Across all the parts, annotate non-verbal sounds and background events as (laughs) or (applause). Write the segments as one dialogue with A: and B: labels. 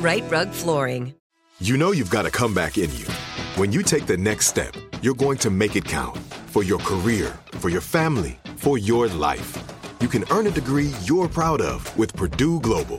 A: Right Rug Flooring.
B: You know you've got a comeback in you. When you take the next step, you're going to make it count for your career, for your family, for your life. You can earn a degree you're proud of with Purdue Global.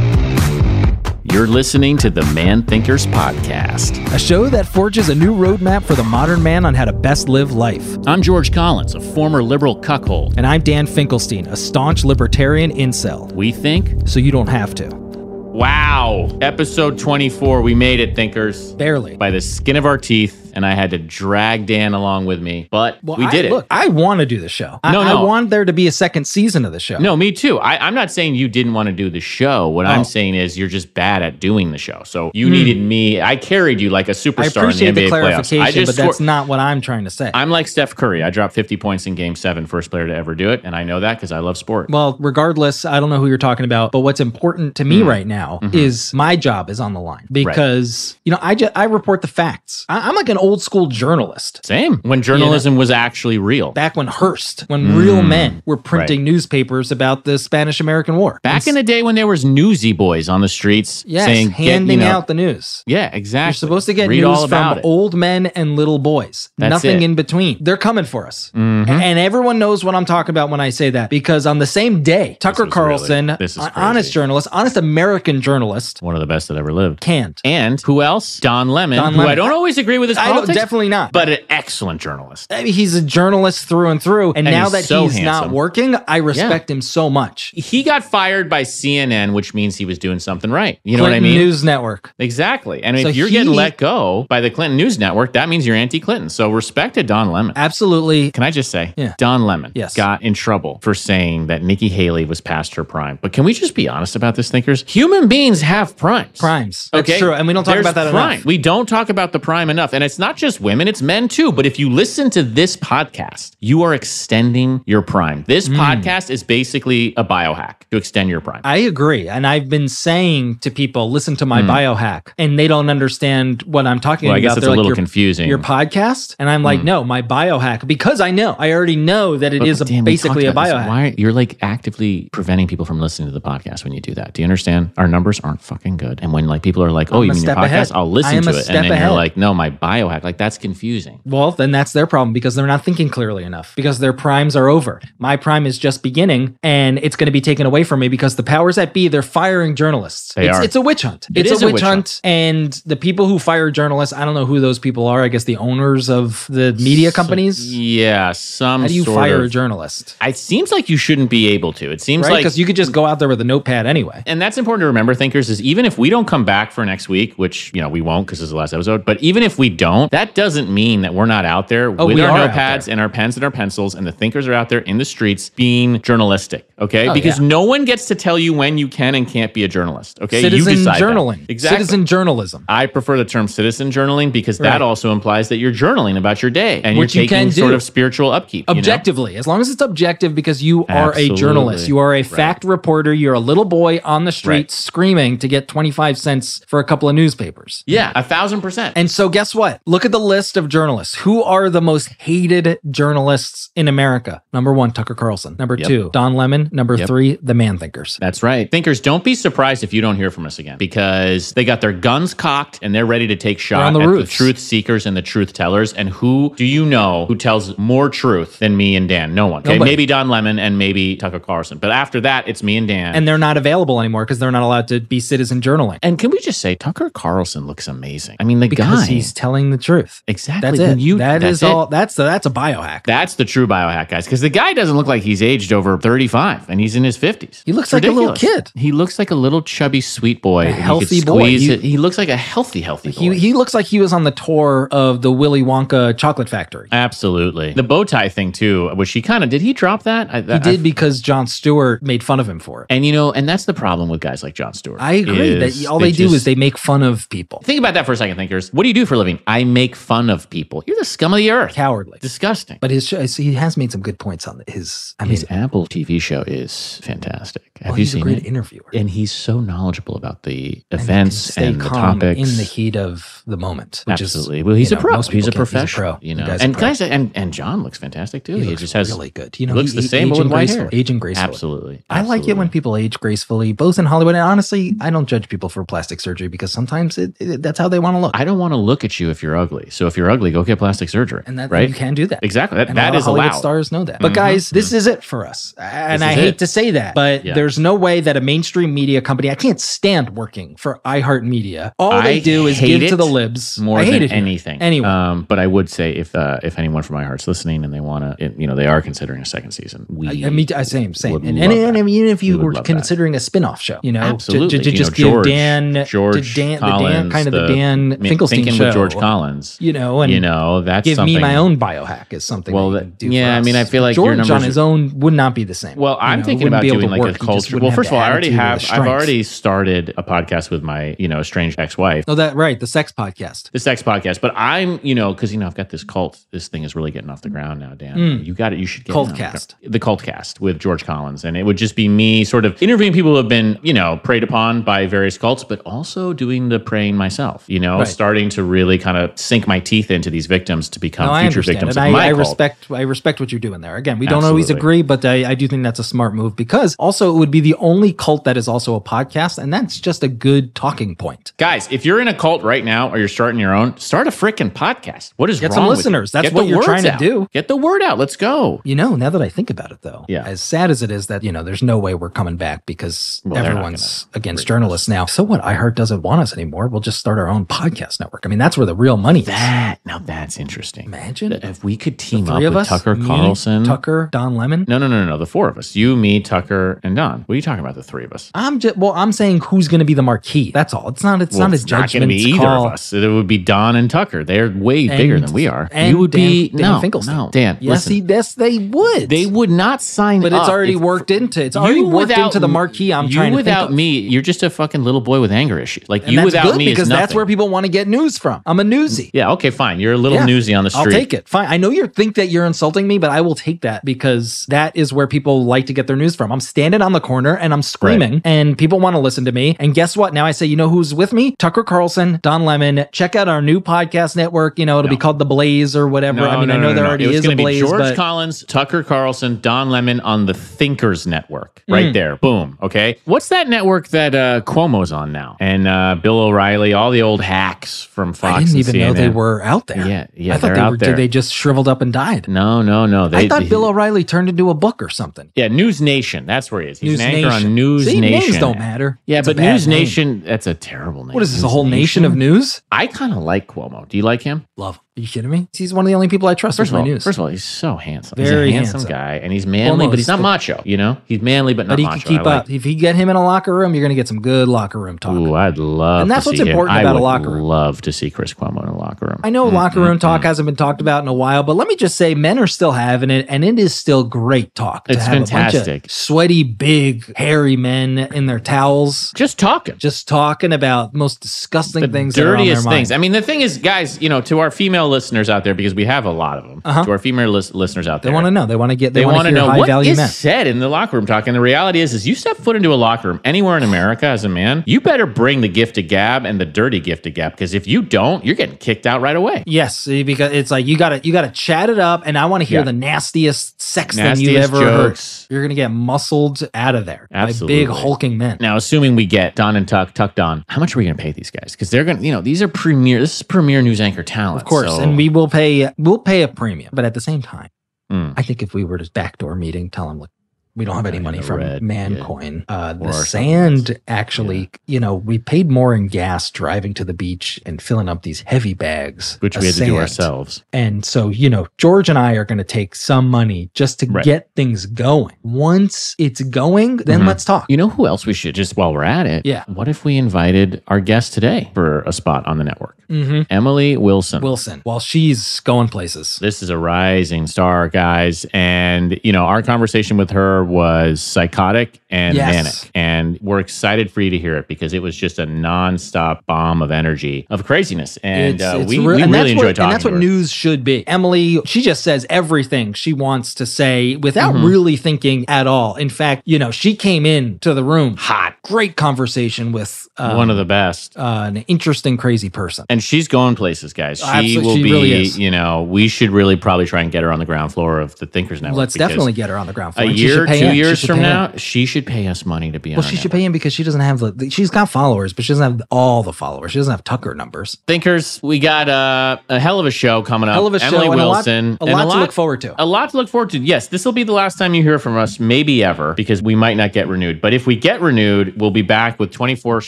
B: purdueglobal.edu.
C: You're listening to the Man Thinkers Podcast,
D: a show that forges a new roadmap for the modern man on how to best live life.
C: I'm George Collins, a former liberal cuckold.
D: And I'm Dan Finkelstein, a staunch libertarian incel.
C: We think
D: so you don't have to.
C: Wow. Episode 24. We made it, thinkers.
D: Barely.
C: By the skin of our teeth. And I had to drag Dan along with me, but well, we did
D: I,
C: it.
D: Look, I want to do the show. I, no, no, I want there to be a second season of the show.
C: No, me too. I, am not saying you didn't want to do the show. What oh. I'm saying is you're just bad at doing the show. So you mm. needed me. I carried you like a superstar.
D: Hmm. I appreciate
C: in the, NBA
D: the clarification,
C: playoffs. I
D: just but scored. that's not what I'm trying to say.
C: I'm like Steph Curry. I dropped 50 points in Game Seven, first player to ever do it, and I know that because I love sport.
D: Well, regardless, I don't know who you're talking about, but what's important to me mm. right now Mm-hmm. is my job is on the line because right. you know I just I report the facts. I, am like an old school journalist.
C: Same when journalism you know? was actually real.
D: Back when Hearst, when mm. real men were printing right. newspapers about the Spanish American War.
C: Back it's, in the day when there was newsy boys on the streets,
D: yes,
C: saying,
D: handing
C: you know,
D: out the news.
C: (laughs) Yeah, exactly. You're
D: supposed to get Read news from it. old men and little boys.
C: That's
D: Nothing
C: it.
D: in between. They're coming for us, mm-hmm. and everyone knows what I'm talking about when I say that because on the same day, Tucker Carlson, really, honest journalist, honest American journalist,
C: one of the best that ever lived,
D: can't.
C: And who else? Don Lemon, Don Lemon. who I don't always agree with his politics,
D: definitely not,
C: but an excellent journalist.
D: I mean, eh, he's a journalist through and through, and, and now he's that so he's handsome. not working, I respect yeah. him so much.
C: He got fired by CNN, which means he was doing something right. You know
D: Clinton
C: what I mean?
D: News Network,
C: exactly. And so if you're he, getting let go by the Clinton News Network, that means you're anti-Clinton. So respect to Don Lemon.
D: Absolutely.
C: Can I just say,
D: yeah.
C: Don Lemon
D: yes.
C: got in trouble for saying that Nikki Haley was past her prime. But can we just be honest about this, thinkers? Human beings have primes.
D: Primes. That's okay. true. And we don't talk
C: There's
D: about that
C: prime.
D: enough.
C: We don't talk about the prime enough. And it's not just women, it's men too. But if you listen to this podcast, you are extending your prime. This mm. podcast is basically a biohack to extend your prime.
D: I agree. And I've been saying to people, listen to my mm. biohack, and they don't understand what I'm talking
C: Hmm. well,
D: about. I
C: guess it's
D: They're
C: a
D: like,
C: little
D: your,
C: confusing. Hmm.
D: Your podcast? And I'm like, mm. no, my biohack, because I know, I already know that it but, is but, a, damn, basically a biohack.
C: Why are, you're like actively preventing people from listening to the podcast when you do that. Do you understand? Our numbers aren't fucking good. And when like people are like, "Oh, I'm you mean your podcast?" Ahead. I'll listen to it, and then
D: ahead.
C: you're like, "No, my bio biohack. Like that's confusing.
D: Well, then that's their problem because they're not thinking clearly enough because their primes are over. My prime is just beginning and it's going to be taken away from me because the powers that be, they're firing journalists.
C: They
D: it's,
C: are.
D: it's a witch hunt.
C: It
D: it's
C: is
D: a witch, hunt. And the people who fire journalists, I don't know who those people are. I guess the owners of the media companies.
C: Yeah, some
D: How do you
C: sort
D: fire
C: of-
D: a journalist?
C: It seems like you shouldn't be able to. It seems
D: Right?
C: like
D: Because you could just go out there with a notepad anyway.
C: and that's important to remember thinkers is even if we don't come back for next week which you know we won't because it's the last episode but even if we don't that doesn't mean that we're not out there
D: Oh,
C: with
D: we
C: our
D: are out
C: notepads and our pens and our pencils and the thinkers are out there in the streets being journalistic okay
D: Oh,
C: because
D: yeah.
C: no one gets to tell you when you can and can't be a journalist okay
D: Citizen
C: you decide that.
D: journaling.
C: exactly
D: Citizen journalism.
C: I prefer the term citizen journaling because
D: Right.
C: that also implies that you're journaling about your day and
D: Which
C: you're
D: you
C: taking
D: can
C: sort
D: do.
C: of spiritual upkeep. you know?
D: objectively as long as it's objective because you are a journalist
C: Absolutely.
D: you are a
C: Right.
D: fact reporter you're a little boy on the street
C: Right.
D: screaming to get 25 cents for a couple of newspapers
C: Yeah, a thousand percent.
D: and so guess what look at the list of journalists who are the most hated journalists in america number one tucker carlson number
C: Yep.
D: two don lemon number
C: Yep.
D: three the man thinkers
C: That's right. Thinkers, don't be surprised if you don't hear from us again because they got their guns cocked and they're ready to take
D: They're
C: shot
D: on the
C: at
D: roofs.
C: the truth seekers and the truth tellers. And who do you know who tells more truth than me and Dan? No one. Okay,
D: Nobody.
C: maybe Don Lemon and maybe Tucker Carlson. But after that, it's me and Dan.
D: and they're not available anymore because they're not allowed to be citizen journaling
C: and can we just say Tucker Carlson looks amazing? I mean, the
D: because
C: guy.
D: he's telling the truth
C: exactly.
D: that's
C: when
D: it
C: You,
D: that
C: that's
D: is
C: it.
D: all that's the, that's a biohack
C: That's the true biohack, guys, because the guy doesn't look like he's aged over 35 and he's in his 50s.
D: He looks like a little
C: Ridiculous.
D: kid.
C: He looks like a little chubby, sweet boy. and he could
D: healthy boy.
C: squeeze
D: You-
C: it. He looks like a healthy, healthy boy.
D: he, he looks like he was on the tour of the willy wonka chocolate factory
C: Absolutely. The bow tie thing, too, which he kind of did he drop that? I,
D: He did because John Stewart made fun of him for it.
C: and you know, and that's the problem with guys like John Stewart.
D: I agree
C: is
D: that all they, do
C: just-
D: is they make fun of people.
C: think about that for a second, thinkers. What do you do for a living? I make fun of people. You're the scum of the earth.
D: Cowardly.
C: Disgusting.
D: But his show, he has made some good points on his. I mean,
C: his Apple TV show is fantastic. Have
D: well,
C: you
D: he's a
C: seen
D: great
C: it?
D: interviewer.
C: and he's so knowledgeable about the
D: And he can
C: events
D: stay
C: and, the
D: calm
C: topics
D: in the heat of the moment. Which
C: Absolutely.
D: Is,
C: Well, he's
D: you
C: a
D: know,
C: pro.
D: most people
C: He's a
D: can't.
C: professional.
D: pro.
C: You
D: The
C: know,
D: guy's a
C: and
D: pro.
C: guys, and and John looks fantastic too.
D: he,
C: He,
D: looks
C: just has
D: really good. You know,
C: looks
D: he-
C: the
D: he-
C: same but with
D: aging
C: white
D: gracefully-
C: hair.
D: Aging gracefully.
C: Absolutely.
D: I like it when people age gracefully, both in Hollywood and honestly, I don't judge people for plastic surgery because sometimes it, it- that's how they want to look.
C: I don't want to look at you if you're ugly. So if you're ugly, go get plastic surgery.
D: and that
C: right?
D: you can do that
C: Exactly. That-
D: And a lot
C: that
D: of
C: is
D: Hollywood
C: allowed.
D: Stars know that. But
C: Mhm.
D: guys, this is it for us, and
C: This
D: I
C: is
D: hate
C: it.
D: to say that, but
C: Yeah.
D: there's no way that a mainstream media company. I can't stand working for iHeartMedia. All they
C: I
D: do is
C: hate
D: give to
C: it
D: the libs.
C: more
D: I hate
C: than
D: it here.
C: anything.
D: Anyway.
C: um, but I would say if uh, if anyone from my heart's listening and they want to, you know, they are considering a second season. We,
D: I, I mean, I- same, same.
C: would
D: And,
C: love
D: and, and
C: that.
D: I mean, even if you
C: We would
D: were
C: love that.
D: considering a spin off show, you know, to-
C: Absolutely.
D: to, to
C: You
D: just
C: know, George-
D: give Dan,
C: George
D: to Dan, the Dan,
C: Collins,
D: kind of the, Dan
C: mi-
D: Finkelstein
C: thinking
D: show,
C: with George Collins.
D: you know, and
C: you know, that's
D: give me
C: something-
D: my own biohack is something.
C: Well,
D: Well,
C: that- yeah, I mean, I feel like your
D: George on
C: numbers
D: his
C: are-
D: own would not be the same.
C: Well,
D: You
C: I'm
D: know,
C: thinking
D: wouldn't
C: about
D: be able
C: doing
D: to
C: like
D: work.
C: a
D: He just
C: culture.
D: wouldn't
C: Well,
D: have
C: first of
D: the
C: all, I already
D: attitude or the
C: have. I've
D: strength.
C: already started a podcast with my, you know, estranged ex-wife.
D: Oh, that right, the sex podcast.
C: The sex podcast, but I'm, you know, because you know I've got this cult. This thing is really getting off the ground now, Dan. You got it. You should get it
D: Hmm. Cult
C: on the ground.
D: cast.
C: the cult cast with George Collins, and it would just be me sort of interviewing people who have been, you know, preyed upon by various cults, but also doing the preying myself. You know,
D: Right.
C: starting to really kind of sink my teeth into these victims to become
D: No, I
C: future
D: understand,
C: victims
D: and
C: of
D: I,
C: my
D: I
C: cult.
D: respect. I respect what you're doing there. Again, we don't always
C: Absolutely.
D: agree, but I, I do think that's a smart move because also it would be the only cult that is also a podcast, and that's just a good talking point.
C: Guys, if you're in a cult right now or you're starting your own, start a freaking podcast. What is
D: Get some
C: wrong with you?
D: listeners. That's
C: Get
D: what
C: the
D: you're
C: words
D: trying to
C: out.
D: do.
C: Get the word out. Let's go.
D: You know, now that I think about it, though,
C: Yeah.
D: as sad as it is that you know, there's no way we're coming back because
C: Well, they're not
D: everyone's against journalists now. So what? iHeart doesn't want us anymore. We'll just start our own podcast network. I mean, that's where the real money is.
C: That now that's interesting.
D: Imagine.
C: That if we could team up
D: Three
C: with
D: of us:
C: Tucker
D: me,
C: Carlson.
D: Tucker, Don Lemon.
C: No, no, no, no, no. The four of us. You, me, Tucker, and Don. What are you talking about? The three of us.
D: I'm just well. I'm saying who's going to be the marquee. That's all. It's not. It's
C: Well,
D: not a
C: it's not
D: judgment
C: going to be either
D: call.
C: of us. It would be Don and Tucker. They're way bigger
D: And-
C: than we are.
D: and
C: you would
D: Dan-
C: be
D: Dan
C: no,
D: Finkelstein.
C: no, Dan.
D: Yes,
C: listen,
D: he, yes, they would.
C: they would not sign.
D: But it's
C: up
D: already
C: if-
D: worked into. It's already worked into the marquee. I'm
C: you
D: trying to think
C: without
D: of.
C: me, you're just a fucking little boy with anger issues. Like
D: And
C: you
D: that's
C: without
D: good
C: me
D: because
C: is nothing.
D: that's where people want to get news from. I'm a newsy.
C: Yeah, okay, fine. You're a little
D: Yeah.
C: newsy on the street.
D: I'll take it. Fine. I know you think that you're insulting me, but I will take that because that is where people like to get their news from. I'm standing on the the corner and I'm screaming and people want to listen to me. And guess what? Now I say, you know who's with me? Tucker Carlson, Don Lemon. Check out our new podcast network. You know, it'll be called The Blaze or whatever. I mean, I know there already
C: it was
D: is
C: gonna
D: a
C: be
D: Blaze,
C: George
D: but
C: Collins, Tucker Carlson, Don Lemon on the Thinkers Network, right
D: Mm.
C: there. Boom. Okay, what's that network that uh, Cuomo's on now? And uh, Bill O'Reilly, all the old hacks from Fox.
D: I didn't
C: and
D: even know
C: CNN.
D: they were out there.
C: Yeah, yeah,
D: I thought
C: they're
D: they
C: out
D: were.
C: there.
D: Did they just shriveled up and died?
C: No, no, no. They,
D: I thought
C: they-
D: Bill O'Reilly turned into a book or something.
C: Yeah, News Nation. That's where he is. He's
D: News
C: an anchor
D: Nation.
C: on News
D: See, names
C: Nation.
D: don't matter.
C: Yeah,
D: It's a
C: but
D: bad
C: News
D: name.
C: Nation, that's a terrible name.
D: What is this? A
C: News
D: whole nation of news?
C: I kind of like Cuomo. Do you like him?
D: Love. him. Are you kidding me? He's one of the only people I trust
C: First
D: with
C: of,
D: my
C: all,
D: news.
C: first of all, he's so handsome.
D: Very
C: he's a handsome,
D: handsome.
C: guy, and he's manly, but he's not macho. You know, he's manly, but not
D: but he
C: macho.
D: can keep
C: I like
D: up. If you get him in a locker room, you're going to get some good locker room talk.
C: Ooh, I'd love.
D: And that's
C: to
D: what's
C: see him.
D: important
C: I
D: about a
C: would
D: locker room.
C: Love to see Chris Cuomo in a locker room.
D: I know locker
C: mm,
D: room talk hasn't been talked about in a while, but let me just say men are still having it, and it is still great talk. to
C: It's
D: have a bunch of
C: fantastic.
D: sweaty, big, hairy men in their towels,
C: Just talking.
D: just talking about most disgusting things, that are on their
C: dirtiest
D: mind.
C: things. I mean, the thing is, guys, you know, to our female listeners out there, because we have a lot of them. To our female lis- listeners out
D: Uh-huh. They
C: there,
D: want to know. They want to get. They,
C: They
D: want to
C: know
D: high
C: what
D: value
C: is
D: men.
C: said in the locker room talk. And the reality is, is you step foot into a locker room anywhere in America as a man, you better bring the gift of gab and the dirty gift of gab. Because if you don't, you're getting kicked out right away.
D: Yes, see, because it's like you got to you got to chat it up, and I want to hear
C: Yeah.
D: the nastiest sex thing you've
C: Nastiest
D: ever
C: jokes.
D: heard. You're gonna get muscled out of there by big
C: Absolutely.
D: hulking men.
C: Now, assuming we get Don and Tuck, Tuck Don, how much are we going to pay these guys? Because they're going to, you know, these are premier. This is premier news anchor talent.
D: of course,
C: so-
D: and we will pay we'll pay a premium, but at the same time,
C: Mm.
D: I think if we were to backdoor meeting, tell them look. We don't have any
C: Yeah,
D: money
C: the
D: from
C: red, yeah.
D: Mancoin. Uh, the
C: Or something
D: sand
C: else.
D: actually, you know, we paid more in gas driving to the beach and filling up these heavy bags,
C: which
D: of
C: we had to do
D: sand.
C: ourselves.
D: And so, you know, George and I are going to take some money just to
C: Right.
D: get things going. Once it's going, then
C: Mhm.
D: let's talk.
C: You know who else we should just while we're at it?
D: Yeah.
C: What if we invited our guest today for a spot on the network?
D: Mhm.
C: Emily Wilson.
D: Wilson, while she's going places.
C: This is a rising star, guys. And, you know, our conversation with her was psychotic and
D: Yes.
C: manic. And we're excited for you to hear it because it was just a nonstop bomb of energy, of craziness. And
D: It's-
C: uh,
D: it's
C: we,
D: real-
C: we
D: and that's
C: really enjoyed
D: what,
C: talking
D: And that's
C: to
D: what
C: her.
D: news should be. Emily, she just says everything she wants to say without
C: Mm-hmm.
D: really thinking at all. In fact, you know, she came in to the room hot. Great conversation with um,
C: One of the best.
D: uh, an interesting, crazy person.
C: and she's going places, guys. She
D: Absolutely,
C: will
D: she
C: be,
D: really is.
C: you know, we should really probably try and get her on the ground floor of the Thinkers Network.
D: Let's
C: because
D: definitely get her on the ground floor.
C: a
D: and she should
C: year,
D: pay
C: two
D: in. She
C: years
D: should
C: from
D: pay in.
C: now, she should pay us money to be
D: Well,
C: on.
D: she
C: our
D: should
C: network.
D: pay him because she doesn't have the- the. She's got followers, but she doesn't have all the followers. She doesn't have Tucker numbers.
C: Thinkers, we got uh, a hell of a show coming up.
D: Hell of a
C: Emily
D: show and a lot-
C: Wilson.
D: a lot to look forward to.
C: A lot to look forward to. Yes, this will be the last time you hear from us, maybe ever, because we might not get renewed. But if we get renewed, we'll be back with 24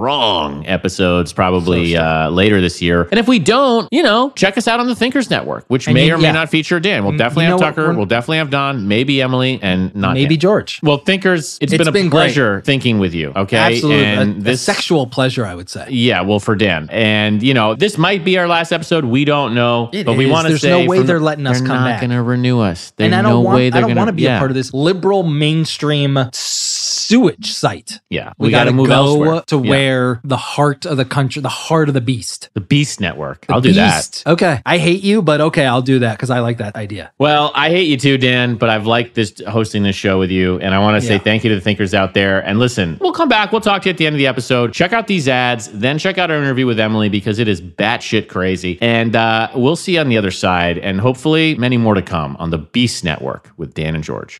C: strong episodes probably uh, later this year. And if we don't, you know, check us out on the Thinkers Network, which
D: And
C: may
D: you-
C: or may
D: yeah.
C: not feature Dan. We'll
D: Mm,
C: definitely
D: you
C: have
D: know what?
C: Tucker.
D: We're-
C: We'll definitely have Don, maybe Emily, and not
D: Maybe
C: Dan.
D: George.
C: Well, Thinkers, it's
D: It's
C: been a
D: been great.
C: pleasure thinking with you. Okay.
D: Absolutely, a,
C: And
D: a
C: this
D: sexual pleasure, I would say.
C: yeah, well, for Dan, and you know, this might be our last episode. We don't know,
D: It
C: but we
D: is.
C: want to
D: There's
C: say
D: no way
C: from the-
D: they're letting us
C: they're
D: come
C: not
D: back.
C: going to renew us. There's
D: and I
C: no
D: don't
C: way
D: want.
C: they're
D: I don't
C: gonna,
D: want to be
C: yeah,
D: a part of this liberal mainstream sewage site.
C: Yeah,
D: We,
C: we
D: got
C: gotta
D: to
C: move
D: go
C: elsewhere.
D: to
C: Yeah.
D: where the heart of the country, the heart of the beast.
C: the Beast Network.
D: The
C: I'll do that.
D: beast. Okay, I hate you, but okay, I'll do that because I like that idea.
C: Well, I hate you too, Dan, but I've liked this hosting this show with you, and I want to
D: Yeah.
C: say thank you to the thinkers out there. And listen, we'll come back. We'll talk to you at the end of the episode. Check out these ads, then check out our interview with Emily because it is batshit crazy. And uh, we'll see you on the other side, and hopefully many more to come on the Beast Network with Dan and George.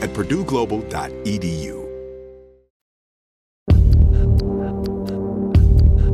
B: at purdueglobal.edu.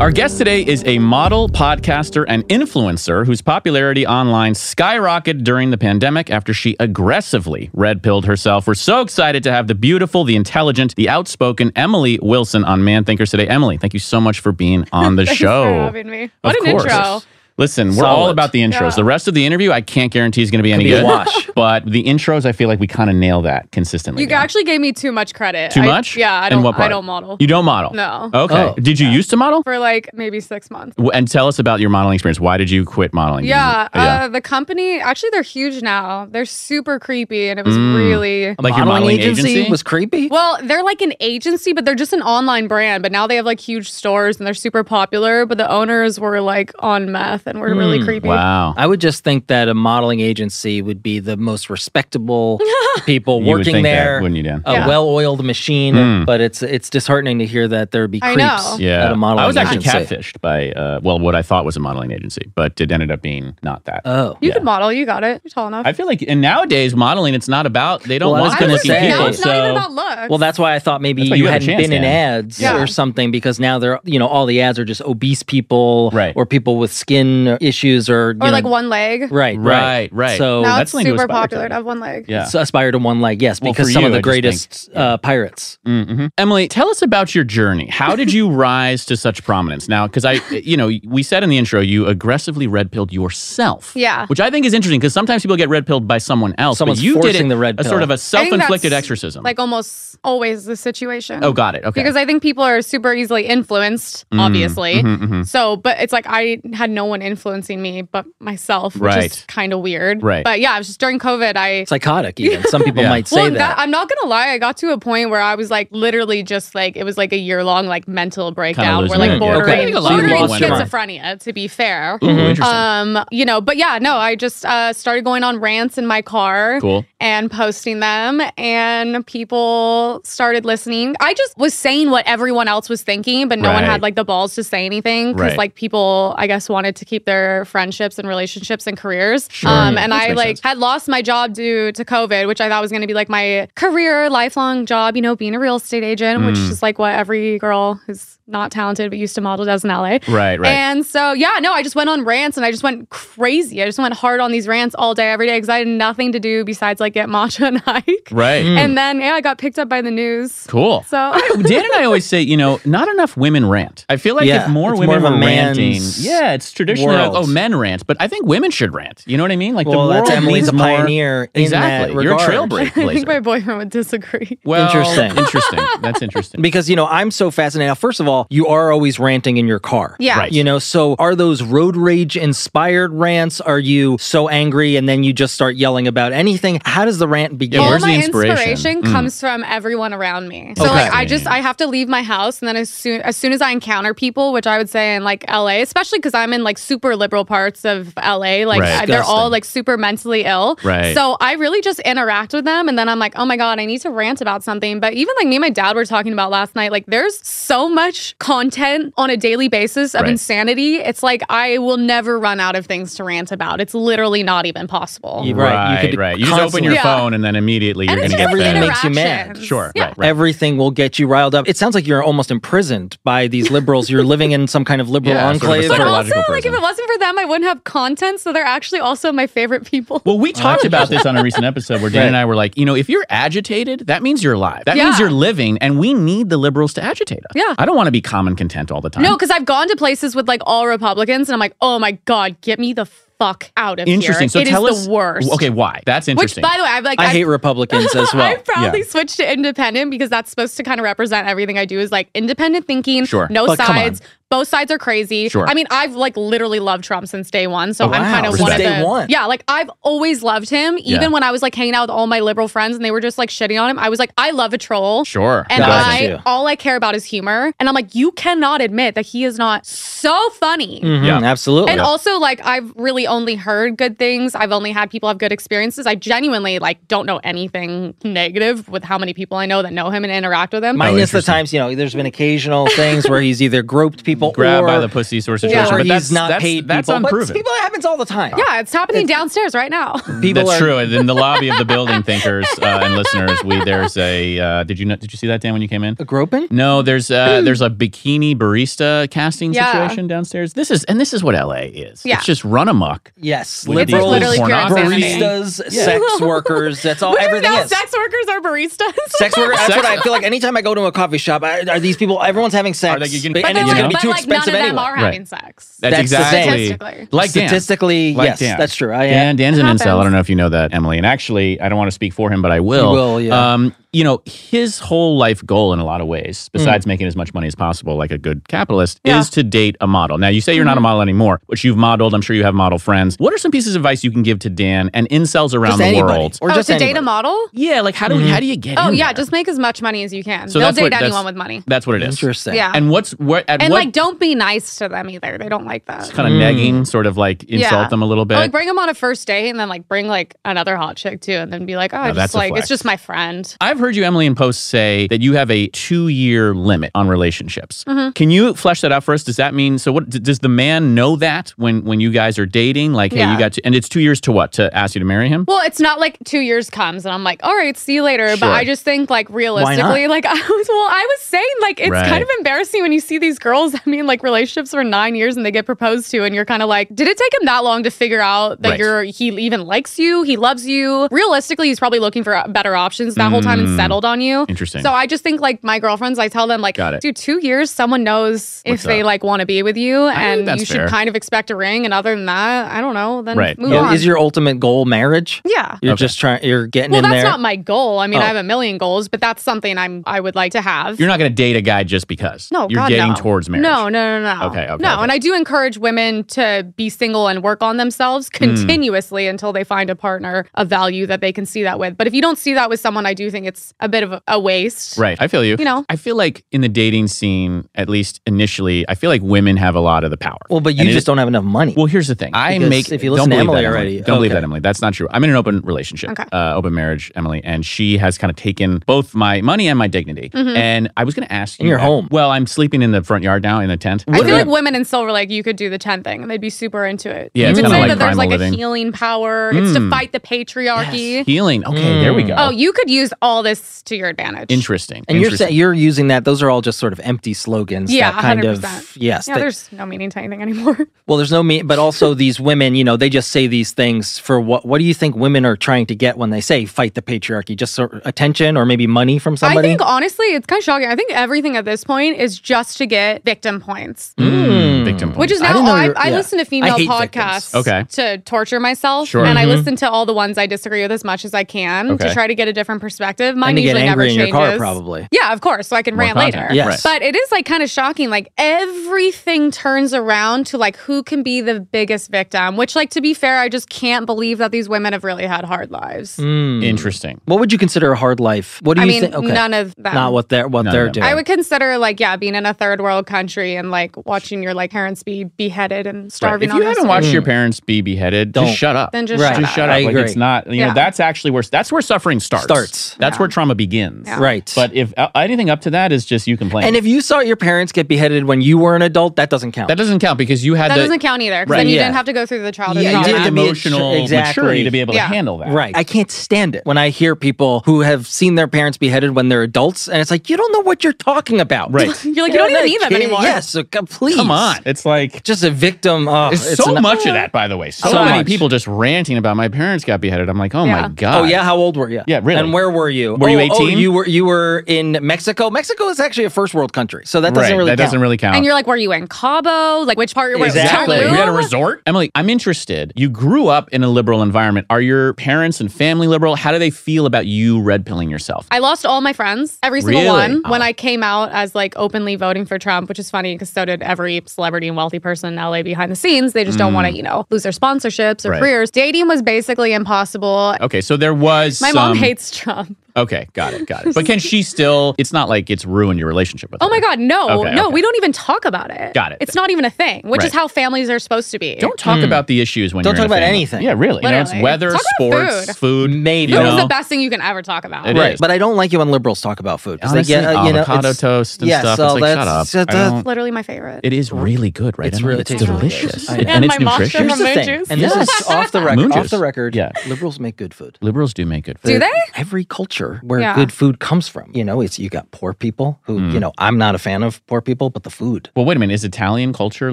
C: Our guest today is a model, podcaster, and influencer whose popularity online skyrocketed during the pandemic after she aggressively red pilled herself. We're so excited to have the beautiful, the intelligent, the outspoken Emily Wilson on Man Thinkers today. Emily, thank you so much for
E: (laughs)
C: being on the
E: Thanks
C: show.
E: for having me. What
C: Of
E: an
C: course.
E: intro.
C: Listen, we're
D: Solid.
C: all about the intros.
E: Yeah.
C: The rest of the interview, I can't guarantee is going to be any
D: be a
C: good.
D: wash.
C: (laughs) But the intros, I feel like we kind of nail that consistently.
E: You
C: now.
E: actually gave me too much credit.
C: Too
E: I-
C: much?
E: yeah, I
C: In
E: don't.
C: what part?
E: I don't model
C: You don't model?
E: No.
C: Okay.
D: Oh.
C: Did you used to model?
E: for like maybe six months.
C: W- And tell us about your modeling experience. Why did you quit modeling?
E: Yeah,
C: You-
E: Uh, the company actually they're huge now. They're super creepy, and it was
C: Mm.
E: really
C: Like your modeling agency?
D: was creepy.
E: well. They're like an agency, but they're just an online brand. But now they have like huge stores, and they're super popular. But the owners were like on meth, and were really
D: Mm,
E: creepy.
C: Hmm, Wow.
D: I would just think that a modeling agency would be the
E: (laughs)
D: most respectable people
C: You would
D: working
C: think that,
D: there.
C: wouldn't you, Dan?
D: a
E: Yeah.
D: well-oiled machine,
C: Mm.
D: but it's it's disheartening to hear that there'd be
E: I
D: creeps
E: know.
C: yeah.
D: at a modeling
C: I was actually
D: agency.
C: catfished by, uh, well, what I thought was a modeling agency, but it ended up being not that.
D: Oh,
E: You
C: Yeah.
E: could model. You got it. You're tall enough.
C: I feel like, and nowadays, modeling, it's not about, they don't
D: Well, I was
C: want good
D: gonna
C: looking
D: say-
E: now
C: people.
E: it's not even
C: So
E: about looks.
D: well, that's why I thought maybe
C: That's why
D: you,
C: you have a
D: hadn't
C: chance,
D: been in
C: Dan.
D: ads
E: Yeah.
D: or something because now they're you know all the ads are just obese people
C: Right.
D: or people with skin issues or you
E: or
D: know,
E: like one leg.
D: right
C: Right, right.
D: so
E: now
C: that's
E: it's
C: linked to
E: super
C: Aspire
E: popular
C: Tech.
E: to have one leg.
C: yeah.
D: so aspire to one leg yes
C: Well,
D: because
C: for
D: some
C: you,
D: of
C: I
D: the
C: just
D: greatest
C: think-
D: uh, pirates
C: hmm Emily, tell us about your journey. How did you (laughs) rise to such prominence? Now, because I, you know, we said in the intro, you aggressively red pilled yourself.
E: Yeah.
C: Which I think is interesting because sometimes people get red pilled by someone else.
D: Someone's
C: but you did
D: forcing
C: it
D: the red
C: A sort
D: pill.
C: of a
E: I think
C: self inflicted
E: that's,
C: exorcism.
E: Like almost always the situation.
C: oh, got it. Okay.
E: Because I think people are super easily influenced,
C: Mm,
E: obviously.
C: mhm, mhm.
E: So, but it's like I had no one influencing me but myself, which
C: Right.
E: is kind of weird.
C: Right.
E: But yeah, it was just during COVID, I.
D: psychotic even
E: (laughs)
D: some people
C: Yeah.
D: might say
E: Well,
D: that.
E: that, I'm not gonna lie. I got to a point where I was like, literally, just like it was like a year long like mental breakdown.
C: losing
E: We're like
C: it, yeah.
E: bordering,
D: Okay. I think a lot of
E: bordering
D: people went there.
E: schizophrenia. To be fair,
C: Ooh, interesting.
E: um, you know, but yeah, no, I just uh, started going on rants in my car
C: cool.
E: and posting them and people started listening i just was saying what everyone else was thinking but no one
C: Right.
E: had like the balls to say anything because
C: Right.
E: like people i guess wanted to keep their friendships and relationships and careers.
C: Sure.
E: Um,
C: Yeah,
E: and
C: that
E: I
C: makes
E: like
C: sense.
E: had lost my job due to COVID, which I thought was going to be like my career, lifelong job, you know, being a real estate agent, which
C: Mm.
E: is like what every girl who's not talented but used to model does in LA.
C: Right, right.
E: And so, yeah, no, I just went on rants and I just went crazy. I just went hard on these rants all day, every day, because I had nothing to do besides like get matcha and (laughs) hike.
C: right.
E: And then, yeah, I got picked up by the news.
C: Cool.
E: So-
C: Hmm. I- (laughs)
E: (laughs)
C: Dan and I always say, you know, not enough women rant. I feel like
F: Yeah,
C: if more
F: it's
C: women
F: more of
C: were
F: a man's
C: ranting, yeah, it's traditionally like,
F: world.
C: oh, men rant, but I think women should rant. You know what I mean? Like
F: well,
C: the world
F: that's Emily's
C: needs
F: a
C: more-
F: pioneer in
C: Exactly,
F: that
C: you're a
F: regard.
E: I think my
C: trailblazer.
E: boyfriend would disagree.
C: (laughs) Well,
F: Interesting.
C: Interesting. That's interesting.
F: Because you know, I'm so fascinated. Now, first of all, you are always ranting in your car.
E: Yeah.
C: Right.
F: You know, so are those road rage inspired rants? Are you so angry and then you just start yelling about anything? How does the rant begin?
C: Yeah,
E: All
C: where's the
E: my
C: inspiration?
E: inspiration,
C: Mm.
E: comes from everyone around me. So
F: Okay.
E: like I just I have to leave my house and then as soon as soon as I encounter people, which I would say in like LA, especially cuz I'm in like super liberal parts of LA, like
C: Right.
E: I- they're all
F: Disgusting.
E: like super mentally ill.
C: Right.
E: So I really just interact with them and then I'm like, "Oh my god, I need to rant about something." But even like me and my dad were talking about last night, like there's so much content on a daily basis of
C: Right.
E: insanity. It's like I will never run out of things to rant about. It's literally not even possible.
F: You-
C: right,
F: Right, you could
C: right. You just open your
E: Yeah.
C: phone and then immediately you're
E: and
C: going
E: it's
C: to
E: just
C: get
E: like
F: everything
C: fed.
F: makes you mad.
E: interactions.
C: Sure,
E: Yeah.
C: right, right.
F: Everything will get you riled up. It sounds like you're almost imprisoned by these liberals. You're living in some kind of liberal
C: Yeah, sort of a
F: enclave.
E: But
C: You're a
E: also,
C: logical
E: like, if
C: person.
E: it wasn't for them, I wouldn't have content. So they're actually also my favorite people.
C: Well, we talked about this on a recent episode where Dan
F: Right.
C: and I were like, you know, if you're agitated, that means you're alive. That means
E: Yeah.
C: you're living, and we need the liberals to agitate us.
E: (laughs) Yeah.
C: I don't want to be calm and content all the time.
E: no, because I've gone to places with like all Republicans, and I'm like, oh my god, get me the fuck out of
C: interesting.
E: here.
C: So
E: It is
C: tell us
E: the worst.
C: Okay, why? That's
E: Which,
C: interesting.
E: by the way, I've like
F: I
E: (laughs) I've-
F: hate Republicans as well.
E: I proudly switched to independent because that's supposed to kind of represent everything I do is like independent thinking,
C: Sure.
E: no
F: But come on.
E: sides. Both sides are crazy.
C: Sure.
E: I mean, I've like literally loved Trump since day one. So
F: Oh,
E: I'm
F: wow.
E: kind of
C: Since
E: one
F: day
E: of the
F: one.
E: Yeah, like I've always loved him. Even
C: Yeah.
E: when I was like hanging out with all my liberal friends and they were just like shitting on him, I was like, I love a troll.
C: sure.
E: And
F: Gotcha.
E: I all I care about is humor. And I'm like, you cannot admit that he is not so funny.
D: Mm-hmm.
F: Mhm,
C: Yeah.
F: Absolutely.
E: And also, like, I've really only heard good things. I've only had people have good experiences. I genuinely like don't know anything negative with how many people I know that know him and interact with
C: Oh,
E: him.
F: Minus the times, you know, there's been occasional things where he's either groped people
C: grab
F: or
C: by the pussy sort of situation.
E: Yeah.
F: or
C: but
F: he's
C: that's
F: not
C: that's,
F: paid
C: That's
F: people. But
C: unproven.
F: people, it happens all the time.
E: yeah, it's happening downstairs right now.
F: (laughs) people
C: that's
F: are,
C: true. And in the lobby of the building, thinkers uh, and listeners, we there's a. Uh, did you know, did you see that Dan when you came in?
F: Groping?
C: No, there's uh, there's a bikini barista casting
E: Yeah.
C: situation downstairs. This is and this is what LA is.
E: Yeah.
C: It's just run amok.
F: Yes.
C: With
E: these
F: Liberals,
E: literally pure insanity.
F: baristas, sex workers. That's all.
E: What is
F: everything
E: now?
F: is.
E: Sex workers are baristas.
F: (laughs) Sex workers. That's
C: Sex-
F: what I
C: (laughs)
F: feel like. Anytime I go to a coffee shop, I, are these people? Everyone's having sex.
C: Are they getting
F: but-
C: paid
F: and
E: but they're
F: it's
C: enough?
F: going
E: like,
F: to be
E: but
F: too
E: like none of
F: expensive
E: them
F: anyway.
E: are
C: Right.
E: having sex.
F: That's
C: That's,
F: the thing.
C: exactly
E: Statistically.
C: like Dan.
F: Statistically,
C: Like
F: yes,
C: Dan.
F: that's true. I
C: Dan, Dan's an incel.
E: It
C: I don't
E: happens.
C: know if you know that, Emily. And actually, I don't want to speak for him, but I will.
F: You will, yeah.
C: Um, you know, his whole life goal in a lot of ways, besides making as much money as possible, like a good capitalist,
E: Yeah. Mm-hmm.
C: is to date a model. Now, you say you're not a model anymore, which you've modeled. I'm sure you have model friends. What are some pieces of advice you can give to Dan and incels around
F: just
C: the
F: anybody,
C: world?
F: or
E: oh,
F: just
E: to
F: anybody.
E: date a model?
C: Yeah, like how do
F: Mm-hmm.
C: we, how do you get?
E: Oh
C: in
E: yeah,
C: there?
E: just make as much money as you can.
C: So
E: They'll
C: that's what-
E: date
C: that's-
E: anyone with money.
C: That's what it is.
F: Interesting.
E: Yeah.
C: And what's what at
E: and
C: what
E: like, don't be nice to them either. They don't like that.
C: kind of
F: Mm.
C: negging, sort of like insult
E: Yeah. Oh,
C: them a little bit.
E: Or like bring them on a first date and then like bring like another hot chick too and then be like, oh, I
C: that's
E: just
C: a
E: like
C: flex.
E: it's just my friend.
C: I've heard you, Emily and Post, say that you have a two-year limit on relationships. Can you flesh that out for us? Does that mean so? What d- does the man know that when when you guys are dating? Like, hey, you
E: Yeah.
C: got to, and it's two years to what to ask you to marry him?
E: Well, it's not like two years comes and I'm like, all right, see you later.
C: Sure.
E: But I just think like realistically, like (laughs) I was well, I was saying like it's
C: Right.
E: kind of embarrassing when you see these girls. I mean, like relationships for nine years and they get proposed to, and you're kind of like, did it take him that long to figure out that
C: Right.
E: you're he even likes you, he loves you? Realistically, he's probably looking for uh, better options that whole time and
C: Mm.
E: settled on you.
C: Interesting.
E: So I just think like my girlfriends, I tell them like,
C: Got it.
E: dude, two years, someone knows
C: What's
E: if they
C: up?
E: like want to be with you, and
C: that's
E: you should
C: fair.
E: kind of expect a ring. And other than that, I don't know. Then
C: Right.
E: move
F: You know,
E: on.
F: is your ultimate goal marriage?
E: yeah.
F: You're
C: Okay.
F: just trying. You're getting
E: Well,
F: in
E: that's
F: there.
E: not my goal. I mean,
F: Oh.
E: I have a million goals, but that's something I'm I would like to have.
C: You're not going to date a guy just because.
E: no,
C: you're
E: God,
C: dating
E: no.
C: towards marriage.
E: No, no, no, no.
C: Okay, okay,
E: No,
C: okay.
E: and I do encourage women to be single and work on themselves
C: Hmm.
E: continuously until they find a partner of value that they can see that with. But if you don't see that with someone, I do think it's is a bit of a, a waste.
C: Right. I feel you.
E: You know.
C: I feel like in the dating scene, at least initially, I feel like women have a lot of the power.
D: Well, but you
C: And it
D: just
C: is-
D: don't have enough money.
C: Well, here's the thing. I
D: Because
C: make
D: if you
C: don't
D: listen to
C: believe
D: Emily
C: that,
D: already-
C: Don't believe
D: okay.
C: that, Emily. That's not true. I'm in an open relationship,
E: Okay.
C: uh, open marriage, Emily, and she has kind of taken both my money and my dignity.
E: Mm-hmm.
C: And I was going to ask
D: And
C: you
D: you're
C: that-
D: home.
C: Well, I'm sleeping in the front yard now in a tent.
E: I feel
C: Yeah.
E: like women in silver like you could do the 10 thing and they'd be super into it.
C: Yeah,
E: you
C: it's
E: could
C: kinda
E: say
C: like
E: that there's
C: primal
E: like
C: living.
E: a healing power. It's to
C: Mm.
E: fight the patriarchy.
C: healing. Okay, there
D: Mm.
C: we go.
E: Oh, you could use all this to your advantage.
C: interesting.
D: and you're
C: interesting.
D: saying you're using that. Those are all just sort of empty slogans.
E: Yeah,
D: that kind of
E: 100%.
D: yes.
E: Yeah,
D: they-
E: there's no meaning to anything anymore. (laughs)
D: well, there's no me, but also these women, you know, they just say these things for what? What do you think women are trying to get when they say fight the patriarchy? Just sort of attention or maybe money from somebody?
E: I think honestly, it's kind of shocking. I think everything at this point is just to get victim points.
C: Mm, victim
E: Which is
D: Hmm. I
E: now
D: didn't know
E: I,
D: you
E: I,
D: were- yeah.
E: listen to
D: I
E: female
D: hate
E: podcasts
D: victims. Mm-hmm.
C: Okay.
E: to torture myself,
C: Sure.
E: and I listen to all the ones I disagree with as much as I can
C: Okay.
E: to try to get a different perspective.
D: and
E: Mine
D: to get
E: usually
D: angry
E: never
D: in your
E: changes.
D: car, probably.
E: Yeah, of course. So I can
C: More
E: rant
C: content.
E: later.
D: Yes.
E: But it is like kind of shocking. Like everything turns around to like who can be the biggest victim. Which, like to be fair, I just can't believe that these women have really had hard lives.
D: Mm.
C: interesting.
D: What would you consider a hard life? What do
E: I
D: you
E: mean,
D: think? Okay.
E: none of them.
D: Not what they're what
C: None of
D: they're
C: them.
D: doing.
E: I would consider like yeah, being in a third world country and like watching your like parents be beheaded and
C: Right.
E: starving.
C: If
E: on
C: you
E: the
C: haven't
E: street,
C: watched your parents be beheaded,
D: Mm. Don't.
C: just shut up.
E: then just
D: Right.
E: shut
C: just
E: up.
C: shut up.
D: I
C: like
D: agree.
C: it's not, you know,
E: Yeah.
C: that's actually where that's where suffering starts.
D: Starts.
C: That's where trauma begins.
E: Yeah.
D: right.
C: But if uh, anything up to that is just you complaining.
D: and if you saw your parents get beheaded when you were an adult, that doesn't count.
C: that doesn't count because you had
E: That
C: the,
E: doesn't count either. 'cause
C: Right.
E: Then you
D: Yeah.
E: didn't have to go through the childhood.
D: Yeah, you
E: trauma.
D: didn't have to be
C: emotional
D: Ex- exactly.
C: maturity to be able
E: Yeah.
C: to handle that.
D: Right. I can't stand it when I hear people who have seen their parents beheaded when they're adults, and it's like, you don't know what you're talking about.
C: (laughs)
D: (laughs)
C: Right.
E: (laughs) You're like you don't even need them
D: Kid-
E: anymore.
D: Yes, so, c- please.
C: Come on. It's like
D: Just a victim. Oh,
C: it's,
D: it's
C: so
D: an-
C: much of that, by the way. So,
D: So
C: many
D: much.
C: people just ranting about my parents got beheaded. I'm like, oh
E: Yeah.
C: my god.
D: Oh yeah, how old were you?
C: Yeah, really.
D: And where were you?
C: Were you
D: Oh, oh,
C: 18?
D: you were you were in Mexico. Mexico is actually a first world country, so that doesn't
C: right.
D: really
C: that
D: count.
C: doesn't really count.
E: And you're like, were you in Cabo? Like which part? Were
D: Exactly.
E: You
C: We
E: in
C: had a
E: Tulum?
C: resort. Emily, I'm interested. You grew up in a liberal environment. Are your parents and family liberal? How do they feel about you red pilling yourself?
E: I lost all my friends, every single
C: Really?
E: one, when
C: Oh.
E: I came out as like openly voting for Trump, which is funny because so did every celebrity and wealthy person in LA behind the scenes. They just don't want to, you know, lose their sponsorships or
C: Mm. Right.
E: careers. Dating was basically impossible.
C: okay, so there was
E: My mom
C: some-
E: hates Trump.
C: Okay, got it, got it. But can she still? It's not like it's ruined your relationship with.
E: Oh
C: her.
E: my God, no,
C: Okay,
E: no,
C: okay.
E: we don't even talk about it.
C: Got it.
E: It's not even a thing, which
C: Right. Hmm.
E: is how families are supposed to be.
C: Don't talk about the issues when
D: Hmm. Don't
C: you're in
D: talk
C: a
D: about
C: family.
D: anything.
C: Yeah, really. You know, it's
E: Literally.
C: weather,
E: Talk about
C: sports,
E: food.
C: food.
D: Maybe.
C: You
E: Food is
C: know?
E: the best thing you can ever talk about.
C: It
D: right,
C: is.
D: but I don't like it when liberals talk about food. 'cause
C: Honestly,
D: they get, uh, you know,
C: avocado
D: it's-
C: toast and
D: yes,
C: stuff.
D: all
C: It's like,
D: that-
C: shut up.
D: shut
C: I don't-
D: up.
E: Literally my favorite.
C: It is really good, right?
D: It's
C: Emily?
D: really
C: it's
D: tastes really
C: delicious,
D: good. I
C: and,
D: know.
E: And
C: it's
E: my monster
C: nutritious.
D: Here's
E: from
D: the
E: Moon
D: thing,
E: Juice.
D: and this
C: Yes.
D: is off the record.
C: Moon
D: Off
C: Juice.
D: the record,
C: Yeah.
D: liberals make good food.
C: Liberals do make good food.
E: Do they?
D: every culture where
E: Yeah.
D: good food comes from. You know, it's you got poor people who, you know, I'm not a fan of poor people, but the food.
C: Mm. Well, wait a minute. Is Italian culture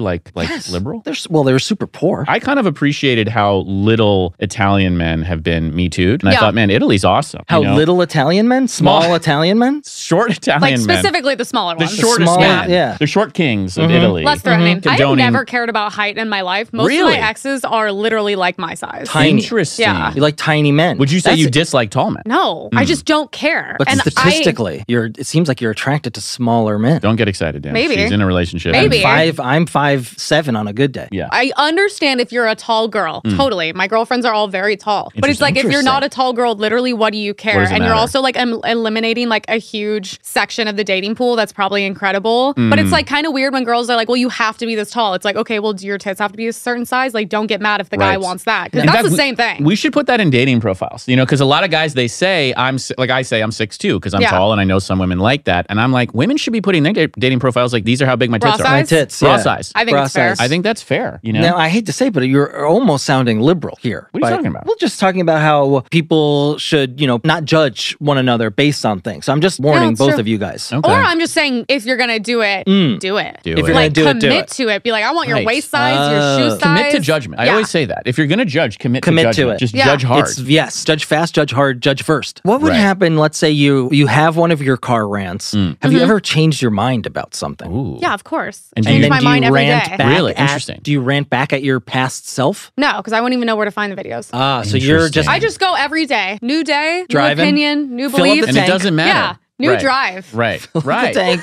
C: like like liberal?
D: They're, s- well, they're super poor.
C: I kind of appreciated how little Italian men have been Me Too, and I
E: Yeah.
C: thought, man, Italy's awesome. you
D: How
C: know?
D: little Italian men, small
C: Small-
D: Italian men.
C: short Italian
E: like
C: men,
E: specifically the smaller
C: the
E: ones.
C: shortest
D: small-
C: men,
D: yeah.
C: the short kings of
D: Mhm.
C: Italy,
E: Mm-hmm. Less threatening. I've
C: Mm-hmm. condoning-
E: never cared about height in my life. Most
C: Really?
E: of my exes are literally like my size.
D: Tiny.
C: Interesting. Hmm.
E: Yeah.
D: You like tiny men.
C: Would you say
D: That's
C: you
D: it.
C: dislike tall men?
E: No, I just don't care.
D: But
E: and
D: statistically, you're. It seems like you're attracted to smaller men.
C: Don't get excited, Dan.
E: Maybe.
C: she's in a relationship.
E: Maybe.
D: Five. I'm five seven on a good day.
C: Yeah.
E: I, I understand if you're a tall girl.
D: Hmm.
E: Totally. My girlfriends are all very tall. But it's like if you're not a tall girl, literally, what do you care?
C: does it
E: And you're
C: matter?
E: also like em- eliminating like a huge section of the dating pool that's probably incredible.
D: Hmm.
E: But it's like kind of weird when girls are like, well, you have to be this tall. It's like, okay, well, do your tits have to be a certain size? Like, don't get mad if the guy
C: Right.
E: wants that. Because
C: In
E: that's
C: fact,
E: the
C: we-
E: same thing.
C: We should put that in dating profiles, you know, because a lot of guys they say I'm si- like I say I'm six two because I'm
E: Yeah.
C: tall, and I know some women like that, and I'm like women should be putting their da- dating profiles like these are how big my
E: Bra
C: tits are.
E: size?
D: My tits.
C: Raw
D: yeah.
C: size.
E: I think
D: Bra
E: it's fair.
D: size.
C: I think that's fair, you know.
D: Now I hate to say, but you're almost sounding liberal here.
C: What are you
D: by-
C: talking about?
D: Well, just talking about how people should, you know, not judge one another based on things. So I'm just warning
E: it's
D: both
E: true.
D: of you guys.
C: okay.
E: Or I'm just saying, if you're gonna do it, do it.
C: Do If
D: you're
E: like
D: gonna do it, do
E: commit
D: it.
E: to it. Be like, I want your
C: Right.
E: waist size, your
D: Oh.
E: shoe size.
C: commit to judgment. I
E: Yeah.
C: always say that. If you're going to judge, commit,
D: Commit to
C: to judgment.
D: it.
C: Just
E: Yeah.
C: judge hard.
D: It's yes, judge fast, judge hard, judge first. What would
C: Right. Mm.
D: happen? Let's say you you have one of your car rants. Have you ever changed your mind about something?
C: Ooh.
E: Mm-hmm. Yeah, of course.
C: And do
E: Change
C: you-
E: my
D: do
E: mind
D: you
E: every
D: rant
E: day.
D: back?
C: Really?
D: at-
C: Interesting.
D: Do you rant back at your past self?
E: No, because I wouldn't even know where to find the videos.
D: Ah, so you're just
E: I just go every day. New day,
D: Driving.
E: new opinion, new
D: Fill up the
E: belief.
C: And it
D: tank.
C: doesn't matter.
E: Yeah. New
D: (laughs)
C: Right.
E: drive.
C: Right. (laughs)
D: the
C: Right.
D: tank.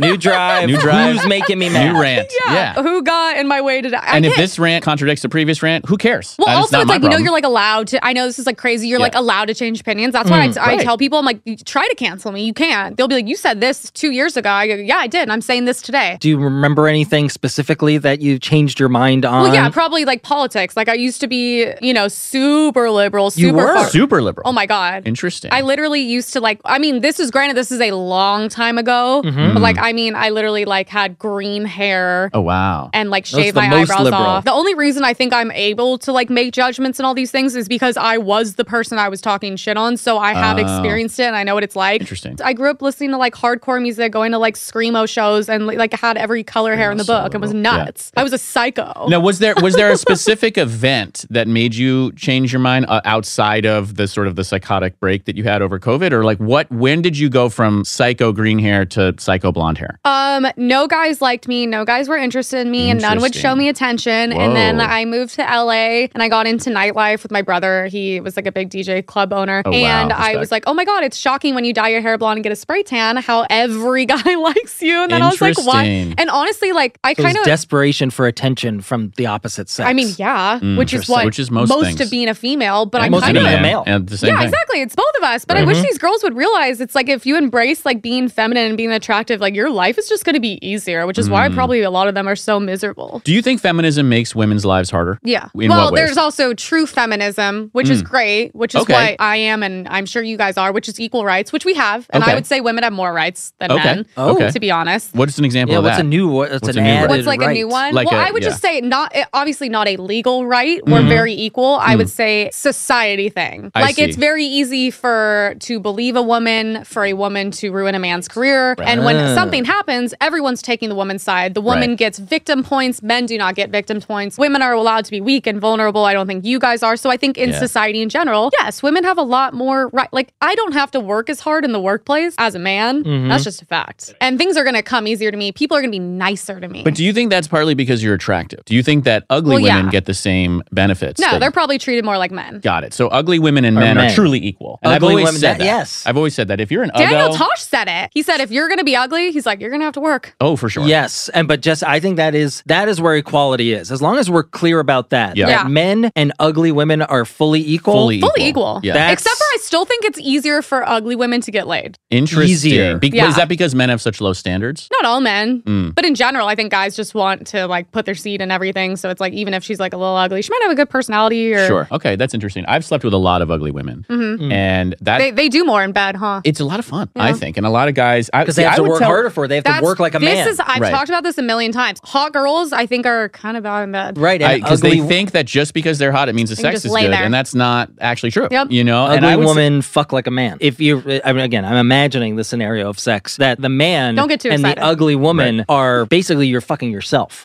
D: New drive.
C: New drive.
D: Who's
C: (laughs)
D: making me mad?
C: New
E: (laughs)
C: rant. Yeah.
E: Who got in my way today?
C: And if this rant contradicts the previous rant, who cares?
E: Well,
C: That is
E: also,
C: not
E: it's
C: my
E: like, you know,
C: problem.
E: you're like allowed to. I know this is like crazy. You're like
C: Yeah. Mm.
E: allowed to change opinions. That's why I I
C: right.
E: tell people, I'm like, "You try to cancel me. You can't. They'll be like, you said this two years ago. I go, yeah, I did. And I'm saying this today.
D: Do you remember anything specifically that you changed your mind on?
E: Well, yeah, probably like politics. Like I used to be, you know, super liberal, super
D: You were?
E: far-
C: super liberal.
E: Oh my god.
C: Interesting.
E: I literally used to like I mean, this is granted this is a long time ago, but like I mean, I literally like had green hair
C: Mm-hmm. oh wow.
E: and like
D: That's
E: shave
D: the
E: my
D: most
E: eyebrows
D: liberal.
E: off. The only reason I think I'm able to like make judgments and all these things is because I was the person I was talking shit on, so I have
C: Oh.
E: experienced it and I know what it's like.
C: Interesting.
E: I grew up listening to like hardcore music, going to like screamo shows, and like had every color hair in the book. It was nuts. I was a psycho.
C: Now, was there was
E: (laughs)
C: there a specific event that made you change your mind uh, outside of the sort of the psychotic break that you had over COVID, or like what? When did you go from psycho green hair to psycho blonde hair?
E: Um, no guys liked me, no guys were interested in me, and none would show
C: Interesting.
E: me attention. And then
C: Whoa.
E: I moved to LA and I got into nightlife with my brother. He was like a big DJ club owner.
C: Oh, wow.
E: and I
C: Respect.
E: was like, Oh my god, it's shocking when you dye your hair blonde and get a spray tan, how every (laughs) guy likes you. And then I was like, Why?
C: Interesting.
E: And honestly, like I
D: So
E: kind
D: it's
E: of
D: desperation for attention from the opposite sex.
E: I mean, yeah, which is
C: Interesting.
E: what
C: Mm. Which is most
E: most
C: things.
E: of being a female, but
D: Yeah,
E: I
D: most
E: kind
D: of
E: of
D: being a
C: man
D: male.
C: And the same
E: yeah,
C: thing. Mm-hmm.
E: exactly. It's both of us. But I
C: Right.
E: wish these girls would realize it's like if you embrace like being feminine and being attractive, like your life is just going to be easier, which is
C: Mm.
E: why probably a lot of them are so miserable.
C: Do you think feminism makes women's lives harder?
E: Yeah.
C: In
E: well,
C: what ways? Mm.
E: there's also true feminism, which is great, which is
C: Okay.
E: what I am and I'm sure you guys are, which is equal rights, which we have. And I
C: Okay.
E: would say women have more rights than
C: Okay.
E: men,
C: Oh. Okay.
E: to be honest.
C: What's an example
D: yeah.
C: of that?
D: What's a new? What's,
C: What's
D: an
C: a new
D: added
C: right?
E: What's like a new
D: right?
E: one?
C: Like
E: well,
C: a- Mm-hmm.
E: I would just say not eh, obviously not a legal right. We're very equal. I would say society thing.
C: Mm. I
E: like it's
C: see.
E: very easy for to believe a woman, for a woman to ruin a man's career. And when something happens, everyone's taking the woman's side. The woman
C: Ah. Right.
E: gets victim points. Men do not get victim points. Women are allowed to be weak and vulnerable. I don't think you guys are. So I think in
C: Yeah.
E: society in general, yes, women have a lot more right. Like I don't have to work as hard in the workplace as a man.
C: Mm-hmm.
E: That's just a fact. And things are going to come easier to me. People are going to be nicer to me.
C: But do you think that's partly because you're attractive? Do you think that ugly
E: Well, yeah.
C: women get the same benefits?
E: No,
C: that-
E: they're probably treated more like men.
C: Got it. So ugly women and
D: Or
C: men,
D: men.
C: are truly equal. And I've
D: Ugly
C: always
D: women-
C: said
D: that-
C: that.
D: yes.
C: I've always said that. If you're an
E: Daniel
C: uggo,
E: Tosh said it. He said, if you're going to be ugly, he's like, you're going to have to work.
C: oh for sure.
D: Yes, and but just I think that is that is where equality is. As long as we're clear about that,
C: Yeah.
D: that
E: Yeah.
D: men and ugly women are fully equal.
C: Fully,
E: Fully equal.
C: Yeah.
D: That's-
E: Except for I still think it's easier for ugly women to get laid.
C: Interesting.
D: Easier.
C: Be-
E: Yeah.
C: Is that because men have such low standards?
E: Not all men,
C: Mm.
E: but in general, I think guys just want to like put their seed in everything. So it's like, even if she's like a little ugly, she might have a good personality or
C: Sure. Okay, that's interesting. I've slept with a lot of ugly women,
D: Mm.
C: and that
E: Mm-hmm. they, they do more in bed, huh?
C: it's a lot of fun, I think. And a lot of guys, I,
D: because they
C: see,
D: have
C: I
D: to
C: would
D: work
C: tell-
D: harder for. it. They have to work like a
E: this
D: man.
E: is, I've
C: Right.
E: talked about this a million times. Hot girls, I think, are kind of out in bed.
D: right, and
C: because
D: ugly
C: they think that just because they're hot, it means the
E: They can
C: sex
E: just
C: is
E: lay
C: good,
E: there.
C: and that's not actually true.
E: Yep.
C: You know, and
D: ugly
C: I would say-
D: woman fuck like a man. If you, I mean, again, I'm imagining the scenario of sex that the man
E: Don't get too
D: and
E: excited.
D: the ugly woman are basically you're fucking yourself.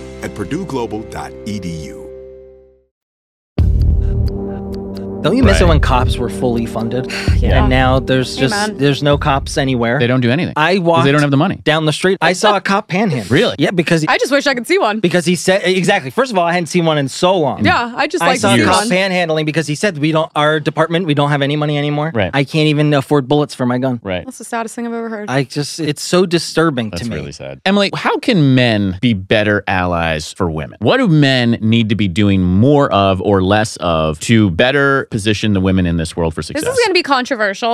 B: at E purdueglobal.edu.
D: Don't you
C: Right.
D: miss it when cops were fully funded?
E: (sighs) Yeah.
D: And now there's just
E: Amen.
D: there's no cops anywhere.
C: They don't do anything.
D: I
C: 'Cause
D: walked
C: They don't have the money.
D: down the street. I saw a cop panhandle.
C: (laughs) Really?
D: Yeah, because
E: I just wish I could see one.
D: (laughs) because he said exactly. First of all, I hadn't seen one in so long.
E: Yeah, I just
D: I
E: like
D: saw
E: to see
D: a
C: years.
D: cop
E: one.
D: panhandling because he said we don't our department we don't have any money anymore.
C: Right.
D: I can't even afford bullets for my gun.
C: Right.
E: That's the saddest thing I've ever heard.
D: I just it's so disturbing to me.
C: sad. Emily, how can men be better allies for women? What do men need to be doing more of or less of to better position the women in this world for success?
E: This is going to be controversial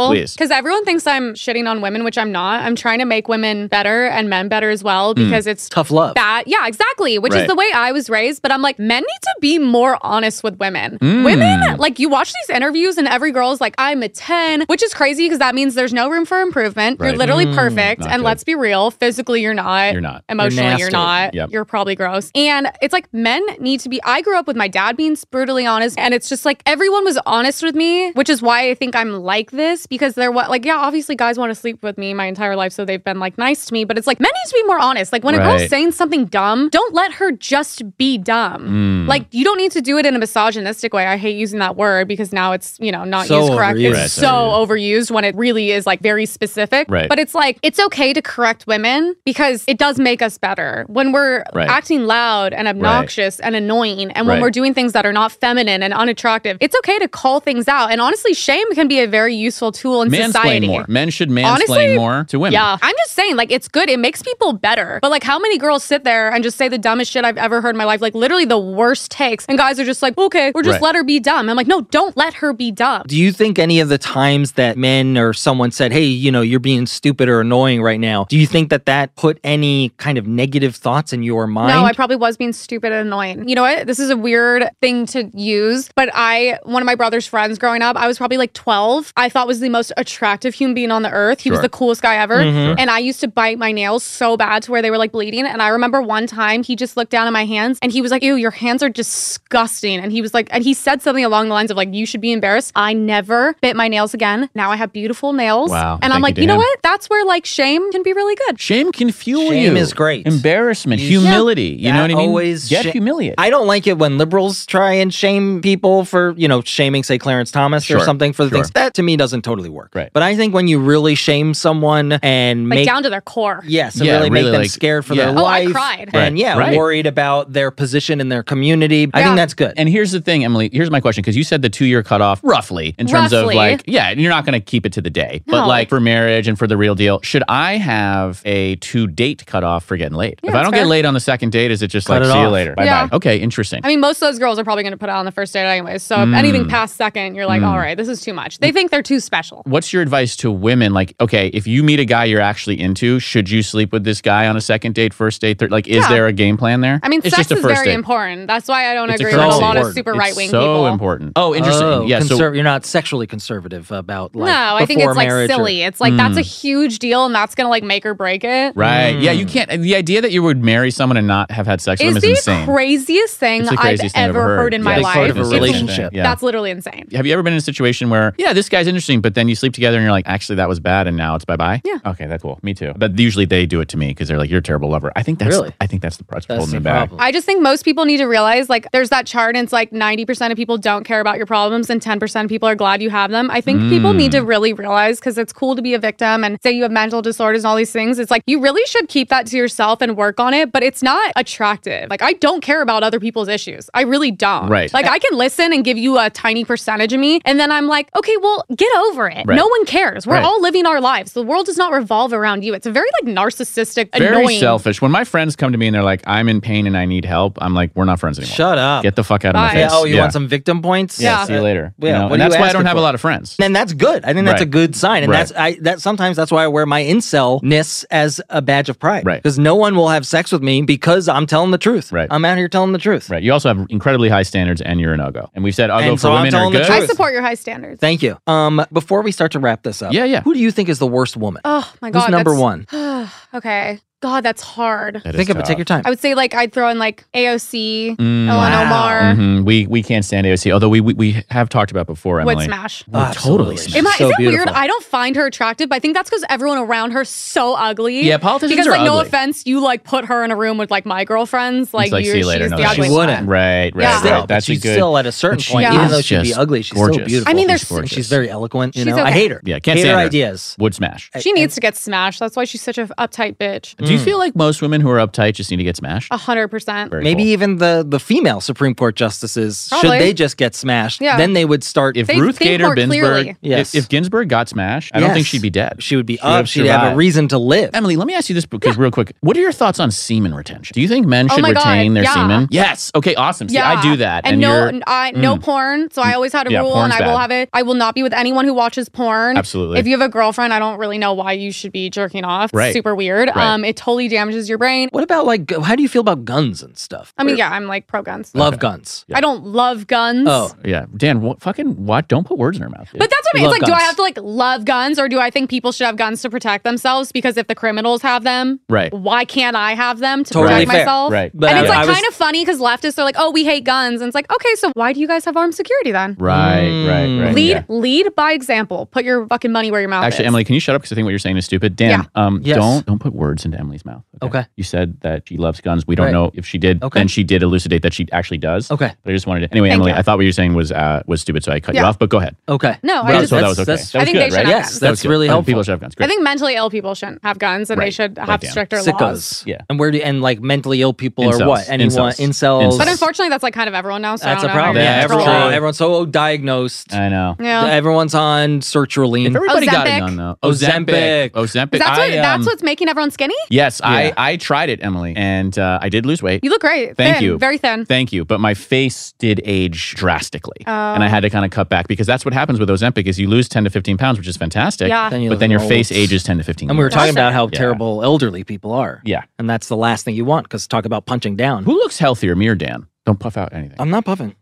C: Please.
E: because everyone thinks I'm shitting on women, which I'm not. I'm trying to make women better and men better as well because it's
D: Tough love.
E: Bad. Yeah, exactly. Which
C: Hmm. Right.
E: is the way I was raised. But I'm like, men need to be more honest with women.
C: Hmm.
E: Women, like, you watch these interviews and every girl's like, I'm a 10, which is crazy because that means there's no room for improvement.
C: Right. Hmm.
E: You're literally perfect.
C: Not
E: And
C: good.
E: let's be real physically, you're not.
C: You're not.
E: Emotionally, you're,
D: nasty.
E: not.
C: Yep.
E: You're probably gross. And it's like men need to be. I grew up with my dad being brutally honest, and it's just like everyone was honest with me, which is why I think I'm like this because they're what, like, yeah, obviously guys want to sleep with me my entire life, so they've been like nice to me, but it's like men need to be more honest. Like when a
C: Right.
E: girl's saying something dumb, don't let her just be
C: Mm.
E: dumb.
C: Hmm.
E: Like you don't need to do it in a misogynistic way. I hate using that word because now it's, you know, not
D: So
E: used correct.
D: overused.
E: It's
C: Right,
E: so overused when it really is like very specific.
C: Right.
E: But it's like it's okay to correct women because it does make us better when we're
C: Right.
E: acting loud and obnoxious and annoying, and when
C: Right.
E: we're doing things that are not feminine and unattractive. It's okay to call things out, and honestly, shame can be a very useful tool in
C: mansplain
E: society.
C: more. Men should mansplain
E: Honestly,
C: more to women.
E: Yeah, I'm just saying, like, it's good. It makes people better. But, like, how many girls sit there and just say the dumbest shit I've ever heard in my life? Like, literally the worst takes. And guys are just like, okay, or just
C: Right.
E: let her be dumb. I'm like, no, don't let her be dumb.
D: Do you think any of the times that men or someone said, "Hey, you know, you're being stupid or annoying right now," do you think that that put any kind of negative thoughts in your mind?
E: No, I probably was being stupid and annoying. You know what? This is a weird thing to use, but I, one of my brother's friends growing up, I was probably like 12. I thought was the most attractive human being on the earth. He
C: Sure.
E: was
C: Mm-hmm.
E: the coolest guy ever. And I used to bite my nails so bad to where they were like bleeding. And I remember one time he just looked down at my hands and he was like, Ew, your hands are disgusting. And he was like, and he said something along the lines of like, you should be embarrassed. I never bit my nails again. Now I have beautiful nails.
C: Wow. Thank
E: And I'm
C: you
E: like,
C: to
E: you know
C: him."
E: what? That's where like shame can be really good.
C: Shame can fuel you.
D: Shame is great.
C: Embarrassment,
D: You-
C: humility. You know
D: That
C: what I mean?
D: Always
C: Get
D: sha-
C: humiliated.
D: I don't like it when liberals try and shame people for, you know, shaming, say, Clarence Thomas
C: Sure,
D: or something for the
C: sure.
D: things. That to me doesn't totally work.
C: Right.
D: But I think when you really shame someone and
E: Like
D: make
E: down to their core.
D: Yes, and
C: Yeah,
D: really, make
C: really,
D: them
C: like-
D: scared for
C: yeah.
D: their
C: Oh,
E: I
D: life.
E: cried.
D: And
C: Right,
D: yeah,
C: right.
D: worried about their position in their community. I
E: Yeah.
D: think that's good.
C: And here's the thing, Emily. Here's my question because you said the two year cutoff, roughly, in terms
E: Roughly.
C: of like, yeah, you're not going to keep it to the day, but
E: No.
C: like for marriage and for the real deal, should I have a two date cutoff for getting laid? if I
E: that's
C: don't get
E: fair.
C: laid on the second date, is it just like,
D: Cut it
C: see you
D: off.
C: later? Bye
E: Yeah.
C: bye. Okay, interesting. Mm.
E: I mean, most of those girls are probably going to put out on the first date anyway. So if anything past last second, you're like, all right, this is too much. They think they're too special.
C: What's your advice to women? Like, okay, if you meet a guy you're actually into, should you sleep with this guy on a second date, first date, third? Like, is
E: Yeah.
C: there a game plan there?
E: I mean,
C: It's
E: sex
C: just a
E: is
C: first
E: very
C: date.
E: important. That's why I don't
C: It's a
E: agree with a
C: currency.
E: lot of
C: Important.
E: super
C: It's
E: right wing
C: so
E: people.
C: important. Oh, interesting.
D: Oh,
C: yeah.
D: conser-
C: So
D: you're not sexually conservative about like
E: no, I think
D: before
E: it's like
D: marriage or-
E: silly. it's like
C: Hmm.
E: that's a huge deal, and that's gonna like make or break it.
C: Mm. right. Yeah. You can't. The idea that you would marry someone and not have had sex with
E: Hmm. Is
C: them is
E: the
C: insane.
E: craziest thing
C: It's the
E: I've
C: craziest thing I've
E: ever
C: ever
E: heard
C: heard.
E: in
C: Yeah,
E: my
C: it's
E: life.
C: part of a
E: It's insane.
C: relationship. Yeah.
E: That's literally insane.
C: have you ever been in a situation where, yeah, this guy's interesting, but then you sleep together and you're like, actually, that was bad, and now it's bye bye.
E: Yeah.
C: Okay, that's cool. Me too. But usually they do it to me because they're like, you're a terrible lover. I think that's.
D: Really?
C: I think that's the part that's
D: That's
C: holding
D: the
C: me back.
D: problem.
E: I just think most people need to realize like there's that chart and it's like 90% of people don't care about your problems and 10% of people are glad you have them. I think people need
C: Mm.
E: to really realize because it's cool to be a victim and say you have mental disorders and all these things. It's like you really should keep that to yourself and work on it, but it's not attractive. Like I don't care about other people's issues. I really don't.
C: Right.
E: Like I can listen and give you a tiny percentage of me and then I'm like, okay, well, get over it.
C: Right.
E: No one cares. We're
C: Right.
E: all living our lives. The world does not revolve around you. It's a very like narcissistic,
C: Very
E: annoying.
C: selfish. When my friends come to me and they're like, "I'm in pain and I need help," I'm like, "We're not friends anymore.
D: Shut up.
C: Get the fuck out of my
E: Bye.
C: face."
D: Yeah, oh, you
C: Yeah.
D: want some victim points?
C: Yeah.
E: Yeah.
C: See you later.
D: Yeah,
C: You know,
D: what
C: and
D: are you
C: that's why I
D: asking
C: don't have
D: for?
C: a lot of friends.
D: And that's good. I think that's a
C: Right.
D: good sign. And
C: Right.
D: that's I that sometimes that's why I wear my incelness as a badge of pride.
C: Right.
D: Because no one will have sex with me because I'm telling the truth.
C: Right.
D: I'm out here telling the truth.
C: Right. You also have incredibly high standards, and you're an uggo. And we've said uggo
D: And
C: for
D: so I'm
C: women are
D: telling the
C: good.
E: I
D: truth.
E: support your high standards.
D: Thank you. Um, before we start to wrap this up,
C: Yeah, yeah.
D: Who do you think is the worst woman?
E: Oh my god.
D: Who's number
E: that's-
D: one?
E: (sighs) okay. God, that's hard.
C: That is
D: Think of it.
C: tough.
D: Take your time.
E: I would say like I'd throw in like AOC,
C: Mm.
E: Ellen
D: Wow.
E: Omar,
C: Mhm. We we can't stand AOC, although we we, we have talked about before,
E: Would
C: Emily.
E: Smash.
D: Oh,
C: totally.
D: absolutely.
E: Am I,
D: So
E: is it weird?
D: beautiful.
E: I don't find her attractive, but I think that's because everyone around her so ugly.
C: Yeah, politicians
E: because
C: are
E: like no
C: ugly.
E: offense, you like put her in a room with like my girlfriends, like,
C: like,
E: you,
C: see you
E: she's
C: later,
E: the
C: no
D: thanks.
E: ugly
D: She
E: one.
D: wouldn't.
C: Right, right,
E: Yeah.
C: right.
D: still, but
C: That's
D: she's
C: a good.
D: still at a certain
C: But she
D: point,
E: Yeah.
D: even
C: is
D: though she'd be
C: just
D: ugly, she's
C: gorgeous.
D: so beautiful.
E: I mean, there's-
C: She's
D: And
C: gorgeous.
D: she's very eloquent. You
E: She's
D: know, I
E: okay.
D: hate her.
C: Yeah, can't
D: hate her
C: stand her.
D: ideas.
C: would smash.
E: She needs to get smashed. That's why she's such an uptight bitch.
C: Do
D: mm.
C: you feel like most women who are uptight just need to get smashed?
E: A hundred percent.
C: Very
D: Maybe
C: cool.
D: even the the female Supreme Court justices,
E: Probably.
D: should they just get smashed,
E: Yeah.
D: then they would start.
C: if
E: They
C: Ruth
E: think
C: Gator
E: more
C: Ginsburg,
E: clearly.
D: Yes.
C: if, if Ginsburg got smashed, I don't think
D: Yes.
C: she'd be dead.
D: she would be
C: would
D: up,
C: have
D: she'd have a
C: survived.
D: reason to live.
C: Emily, let me ask you this because real quick, what are your thoughts on semen retention? Do you think men
E: Oh
C: should
E: my God,
C: retain their
E: yeah.
C: semen? Yes. Okay. Awesome. See, I do that,
E: And,
C: and,
E: no,
C: you're Mm.
E: n- I, no porn. So I always had a
C: Yeah,
E: rule, and I
C: porn's
E: will
C: bad.
E: have it. I will not be with anyone who watches porn.
C: Absolutely.
E: If you have a girlfriend, I don't really know why you should be jerking off.
C: Right.
E: Super weird.
C: Right.
E: Um, it totally damages your brain.
D: What about like? gu- How do you feel about guns and stuff?
E: I mean, yeah, I'm like pro guns.
D: love guns.
E: I don't love guns.
D: Oh,
C: yeah, Dan. What fucking what? Don't put words in her mouth. dude.
E: But that's what I mean. It's
D: Love
E: like, do I
D: guns.
E: have to like love guns or do I think people should have guns to protect themselves? Because if the criminals have them,
C: Right.
E: why can't I have them to
D: Totally
E: protect
D: fair.
E: myself?
C: Right.
D: But
E: and it's
D: I-
E: like
D: I was-
E: kind of funny because leftists are like, oh, we hate guns. And it's like, okay, so why do you guys have armed security then?
C: right, right, right.
E: Lead,
C: yeah.
E: lead by example. Put your fucking money where your mouth
C: Actually,
E: is.
C: Emily, can you shut up? Because I think what you're saying is stupid. Dan, um,
D: Yes.
C: don't don't put words into Emily's mouth.
D: Okay.
C: You said that she loves guns. We don't
D: Right.
C: know if she did.
D: Okay.
C: Then she did elucidate that she actually does.
D: Okay.
C: But I just wanted to. Anyway,
E: Thank
C: Emily,
E: you.
C: I thought what you were saying was uh, was stupid, so I cut you
E: Yeah.
C: off. But go ahead.
D: Okay.
E: No, I
C: But
E: just-
C: so that was okay.
D: that's-
C: that was
E: I think
C: good,
E: they should
C: right?
E: have
D: Yes,
E: guns.
C: That was
D: that's
C: good.
D: really
C: I think
D: helpful.
C: People should have guns. Great.
E: I think mentally ill people shouldn't have guns and they
C: Right.
E: should
C: Like
E: have
C: Dan.
E: stricter laws.
D: Sickos.
C: Yeah.
D: And where do and like mentally ill people
C: Incels.
D: or what? Anyone
C: Incels.
D: incels.
C: Incels.
E: But unfortunately, that's like kind of everyone now. So
D: that's
E: I
D: a
E: don't know.
C: Yeah,
D: problem. Yeah,
C: it's
D: everyone,
C: true.
D: everyone's so diagnosed.
C: I know.
E: Yeah.
D: Everyone's on sertraline.
C: If everybody got
E: Ozempic.
C: it done though.
D: Ozempic.
C: Ozempic.
E: That's, what,
C: I, um,
E: that's what's making everyone skinny?
C: Yes,
D: Yeah.
C: I I tried it, Emily, and uh, I did lose weight.
E: You look great.
C: Thank
E: thin,
C: you.
E: Very thin.
C: Thank you, but my face did age drastically, and I
E: Oh.
C: had to kind of cut back because that's what happens with Ozempic: is you lose ten to fifteen pounds, which is fantastic.
E: Yeah.
D: Then you
C: but
D: look
C: then your
D: old.
C: face ages ten to fifteen.
D: And we were
C: years.
D: talking about how
C: Yeah.
D: terrible elderly people are.
C: Yeah.
D: And that's the last thing you want because talk about punching down.
C: Who looks healthier, me or Dan? Don't puff out anything.
D: I'm not puffing.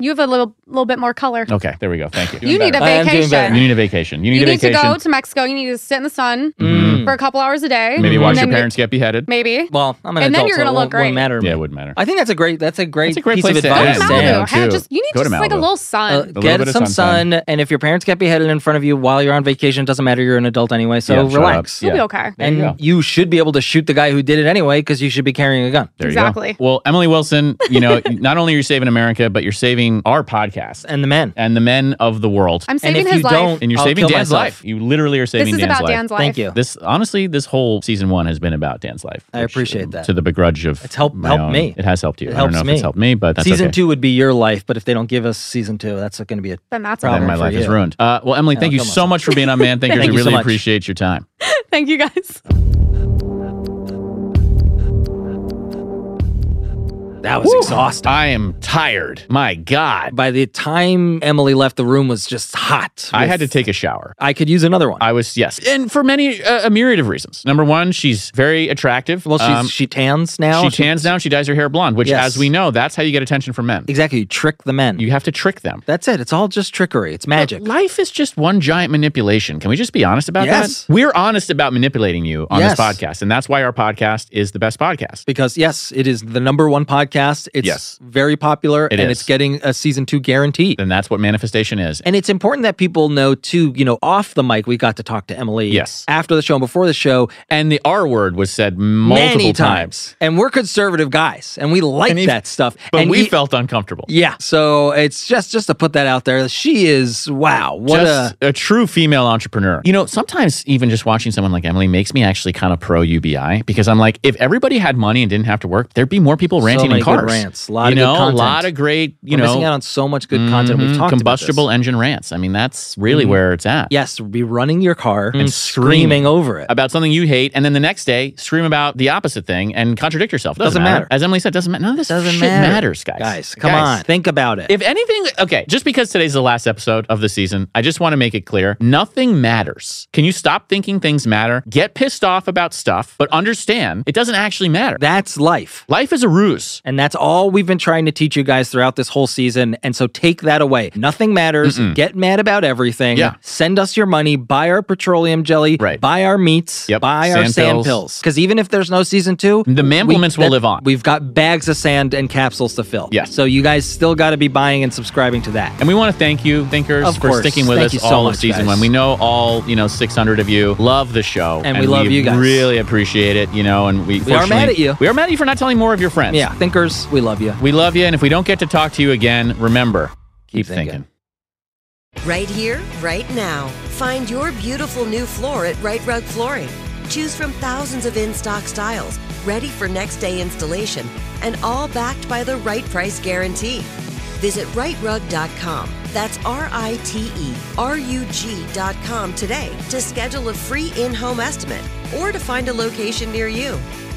E: You have a little little bit more color.
C: okay, there we go. Thank you.
E: You need a
D: I am doing better.
E: vacation.
C: you need a vacation. You need
E: You
C: a
E: need to
C: vacation.
E: go to Mexico. You need to sit in the sun
C: Mhm.
E: for a couple hours a day.
C: Maybe
E: And
C: watch your
E: then you-
C: parents get beheaded.
E: Maybe.
D: Well, I'm an
E: And then
D: adult,
E: you're
D: so
E: gonna
D: it
E: look
D: won't, won't
E: great.
D: matter to
C: Yeah, it
D: me.
C: wouldn't matter.
D: I think that's a great. That's a great,
C: That's a great
D: piece
C: place
D: of
C: to
E: Go to
D: advice.
C: end.
D: Dan.
C: Yeah,
E: Malibu. Hey,
C: too.
E: just, you need
C: Go to
E: just like a
C: Malibu.
E: little sun.
D: Uh,
C: little
D: get
C: bit of
D: some
C: sunshine.
D: sun, and if your parents get beheaded in front of you while you're on vacation, doesn't matter. You're an adult anyway, so
C: Yeah, shut up.
D: relax.
C: Yeah.
E: You'll be okay.
C: There you
D: And
C: go.
D: you, should be able to shoot the guy who did it anyway because you should be carrying a gun.
C: There You
E: Exactly.
C: go. Well, Emily Wilson, you know, (laughs) not only are you saving America, but you're saving our podcast
D: And the men.
C: and the men of the world.
E: I'm
D: and
E: saving
D: if
E: his
D: you
E: life.
D: don't,
C: and you're
D: I'll
C: saving
D: kill
C: Dan's
D: myself.
C: life. You literally are saving
E: this is
C: Dan's
E: about
C: life.
E: Dan's life.
D: Thank you.
C: This honestly, this whole season one has been about Dan's life. um,
D: I appreciate that.
C: To the begrudge of
D: It's helped-
C: my
D: helped
C: own-
D: me.
C: It has helped you.
D: It
C: I don't
D: helps
C: know if
D: me.
C: it's helped me, but that's
D: season
C: okay.
D: two would be your life, but if they don't give us season two, that's going to be a
E: Then that's
C: Then
D: Problem
C: my
D: for
C: life is
D: you.
C: ruined. Uh, well, Emily,
D: Yeah,
C: thank you
D: come on,
C: so
D: son.
C: much for being on Man
D: (laughs)
C: Thinkers.
D: Thank
C: we
D: you so
C: really
D: much.
C: appreciate your time.
E: (laughs) Thank you guys.
D: That was exhausting.
C: I am tired. My God.
D: By the time Emily left, the room was just hot.
C: I
D: with-
C: had to take a shower.
D: I could use another one.
C: I was, yes. And for many, uh, a myriad of reasons. Number one, she's very attractive.
D: well, she's,
C: Um,
D: she tans now.
C: she tans down. She dyes her hair blonde, which,
D: Yes.
C: as we know, that's how you get attention from men.
D: Exactly. You trick the men.
C: You have to trick them.
D: That's it. It's all just trickery. It's magic.
C: Life is just one giant manipulation. Can we just be honest about
D: Yes.
C: that? We're honest about manipulating you on
D: Yes.
C: this podcast, and that's why our podcast is the best podcast.
D: Because yes, it is the number one podcast. It's
C: Yes.
D: very popular
C: It
D: and
C: is.
D: it's getting a season two guarantee.
C: And that's what manifestation is.
D: And it's important that people know too, you know, off the mic, we got to talk to Emily
C: Yes.
D: after the show and before the show
C: And the R word was said multiple
D: many times. And we're conservative guys and we like
C: And if-
D: that stuff.
C: but
D: and
C: we
D: e-
C: felt uncomfortable.
D: Yeah. So it's just just to put that out there. She is wow. What
C: just
D: a
C: a, true female entrepreneur. You know, sometimes even just watching someone like Emily makes me actually kind of pro UBI because I'm like, if everybody had money and didn't have to work, there'd be more people
D: So
C: ranting
D: many
C: in
D: good
C: cars.
D: rants. A lot
C: you
D: of good
C: know,
D: content.
C: a lot of great, you
D: we're
C: know,
D: missing out on so much good content. We've
C: mhm,
D: talked about this.
C: combustible engine rants. I mean, that's really where it's at.
D: Yes, be running your car and,
C: screaming.
D: screaming over it.
C: About something you hate, and then the next day scream about the opposite thing and contradict yourself. Doesn't,
D: Doesn't matter.
C: As Emily said, doesn't matter. None of this
D: Doesn't
C: shit
D: matter.
C: matters, guys.
D: Guys, come
C: Guys.
D: on. Think about it.
C: If anything, okay, just because today's the last episode of the season, I just want to make it clear nothing matters. Can you stop thinking things matter? Get pissed off about stuff, but understand it doesn't actually matter.
D: that's life.
C: Life is a ruse.
D: And that's all we've been trying to teach you guys throughout this whole season. And so take that away. Nothing matters. Get mad about everything.
C: Yeah.
D: Send us your money. Buy our petroleum jelly.
C: Right.
D: Buy our meats.
C: Yep.
D: Buy our
C: Sand
D: sand
C: pills.
D: pills. Because even if there's no season two,
C: The mamplements will
D: that-
C: live on.
D: We've got bags of sand and capsules to fill.
C: Yeah.
D: So you guys still got to be buying and subscribing to that.
C: And we want to thank you, thinkers,
D: Of
C: for
D: course.
C: sticking with
D: Thank you
C: us
D: so
C: all
D: much,
C: of season
D: guys.
C: one. We know all, you know, 600 of you love the show.
D: And we love you guys.
C: really appreciate it, you know, and we,
D: We are mad
C: fortunately-
D: at you.
C: We are mad at you for not telling more of your friends.
D: Yeah. Thinkers, we love you.
C: We love you. And if we don't get to talk to you again, remember, keep,
D: Keep
C: thinking.
D: thinking.
A: Right here, right now. Find your beautiful new floor at Right Rug Flooring. Choose from thousands of in stock styles, ready for next day installation, and all backed by the right price guarantee. Visit rightrug.com. That's R I T E R U G.com today to schedule a free in home estimate or to find a location near you.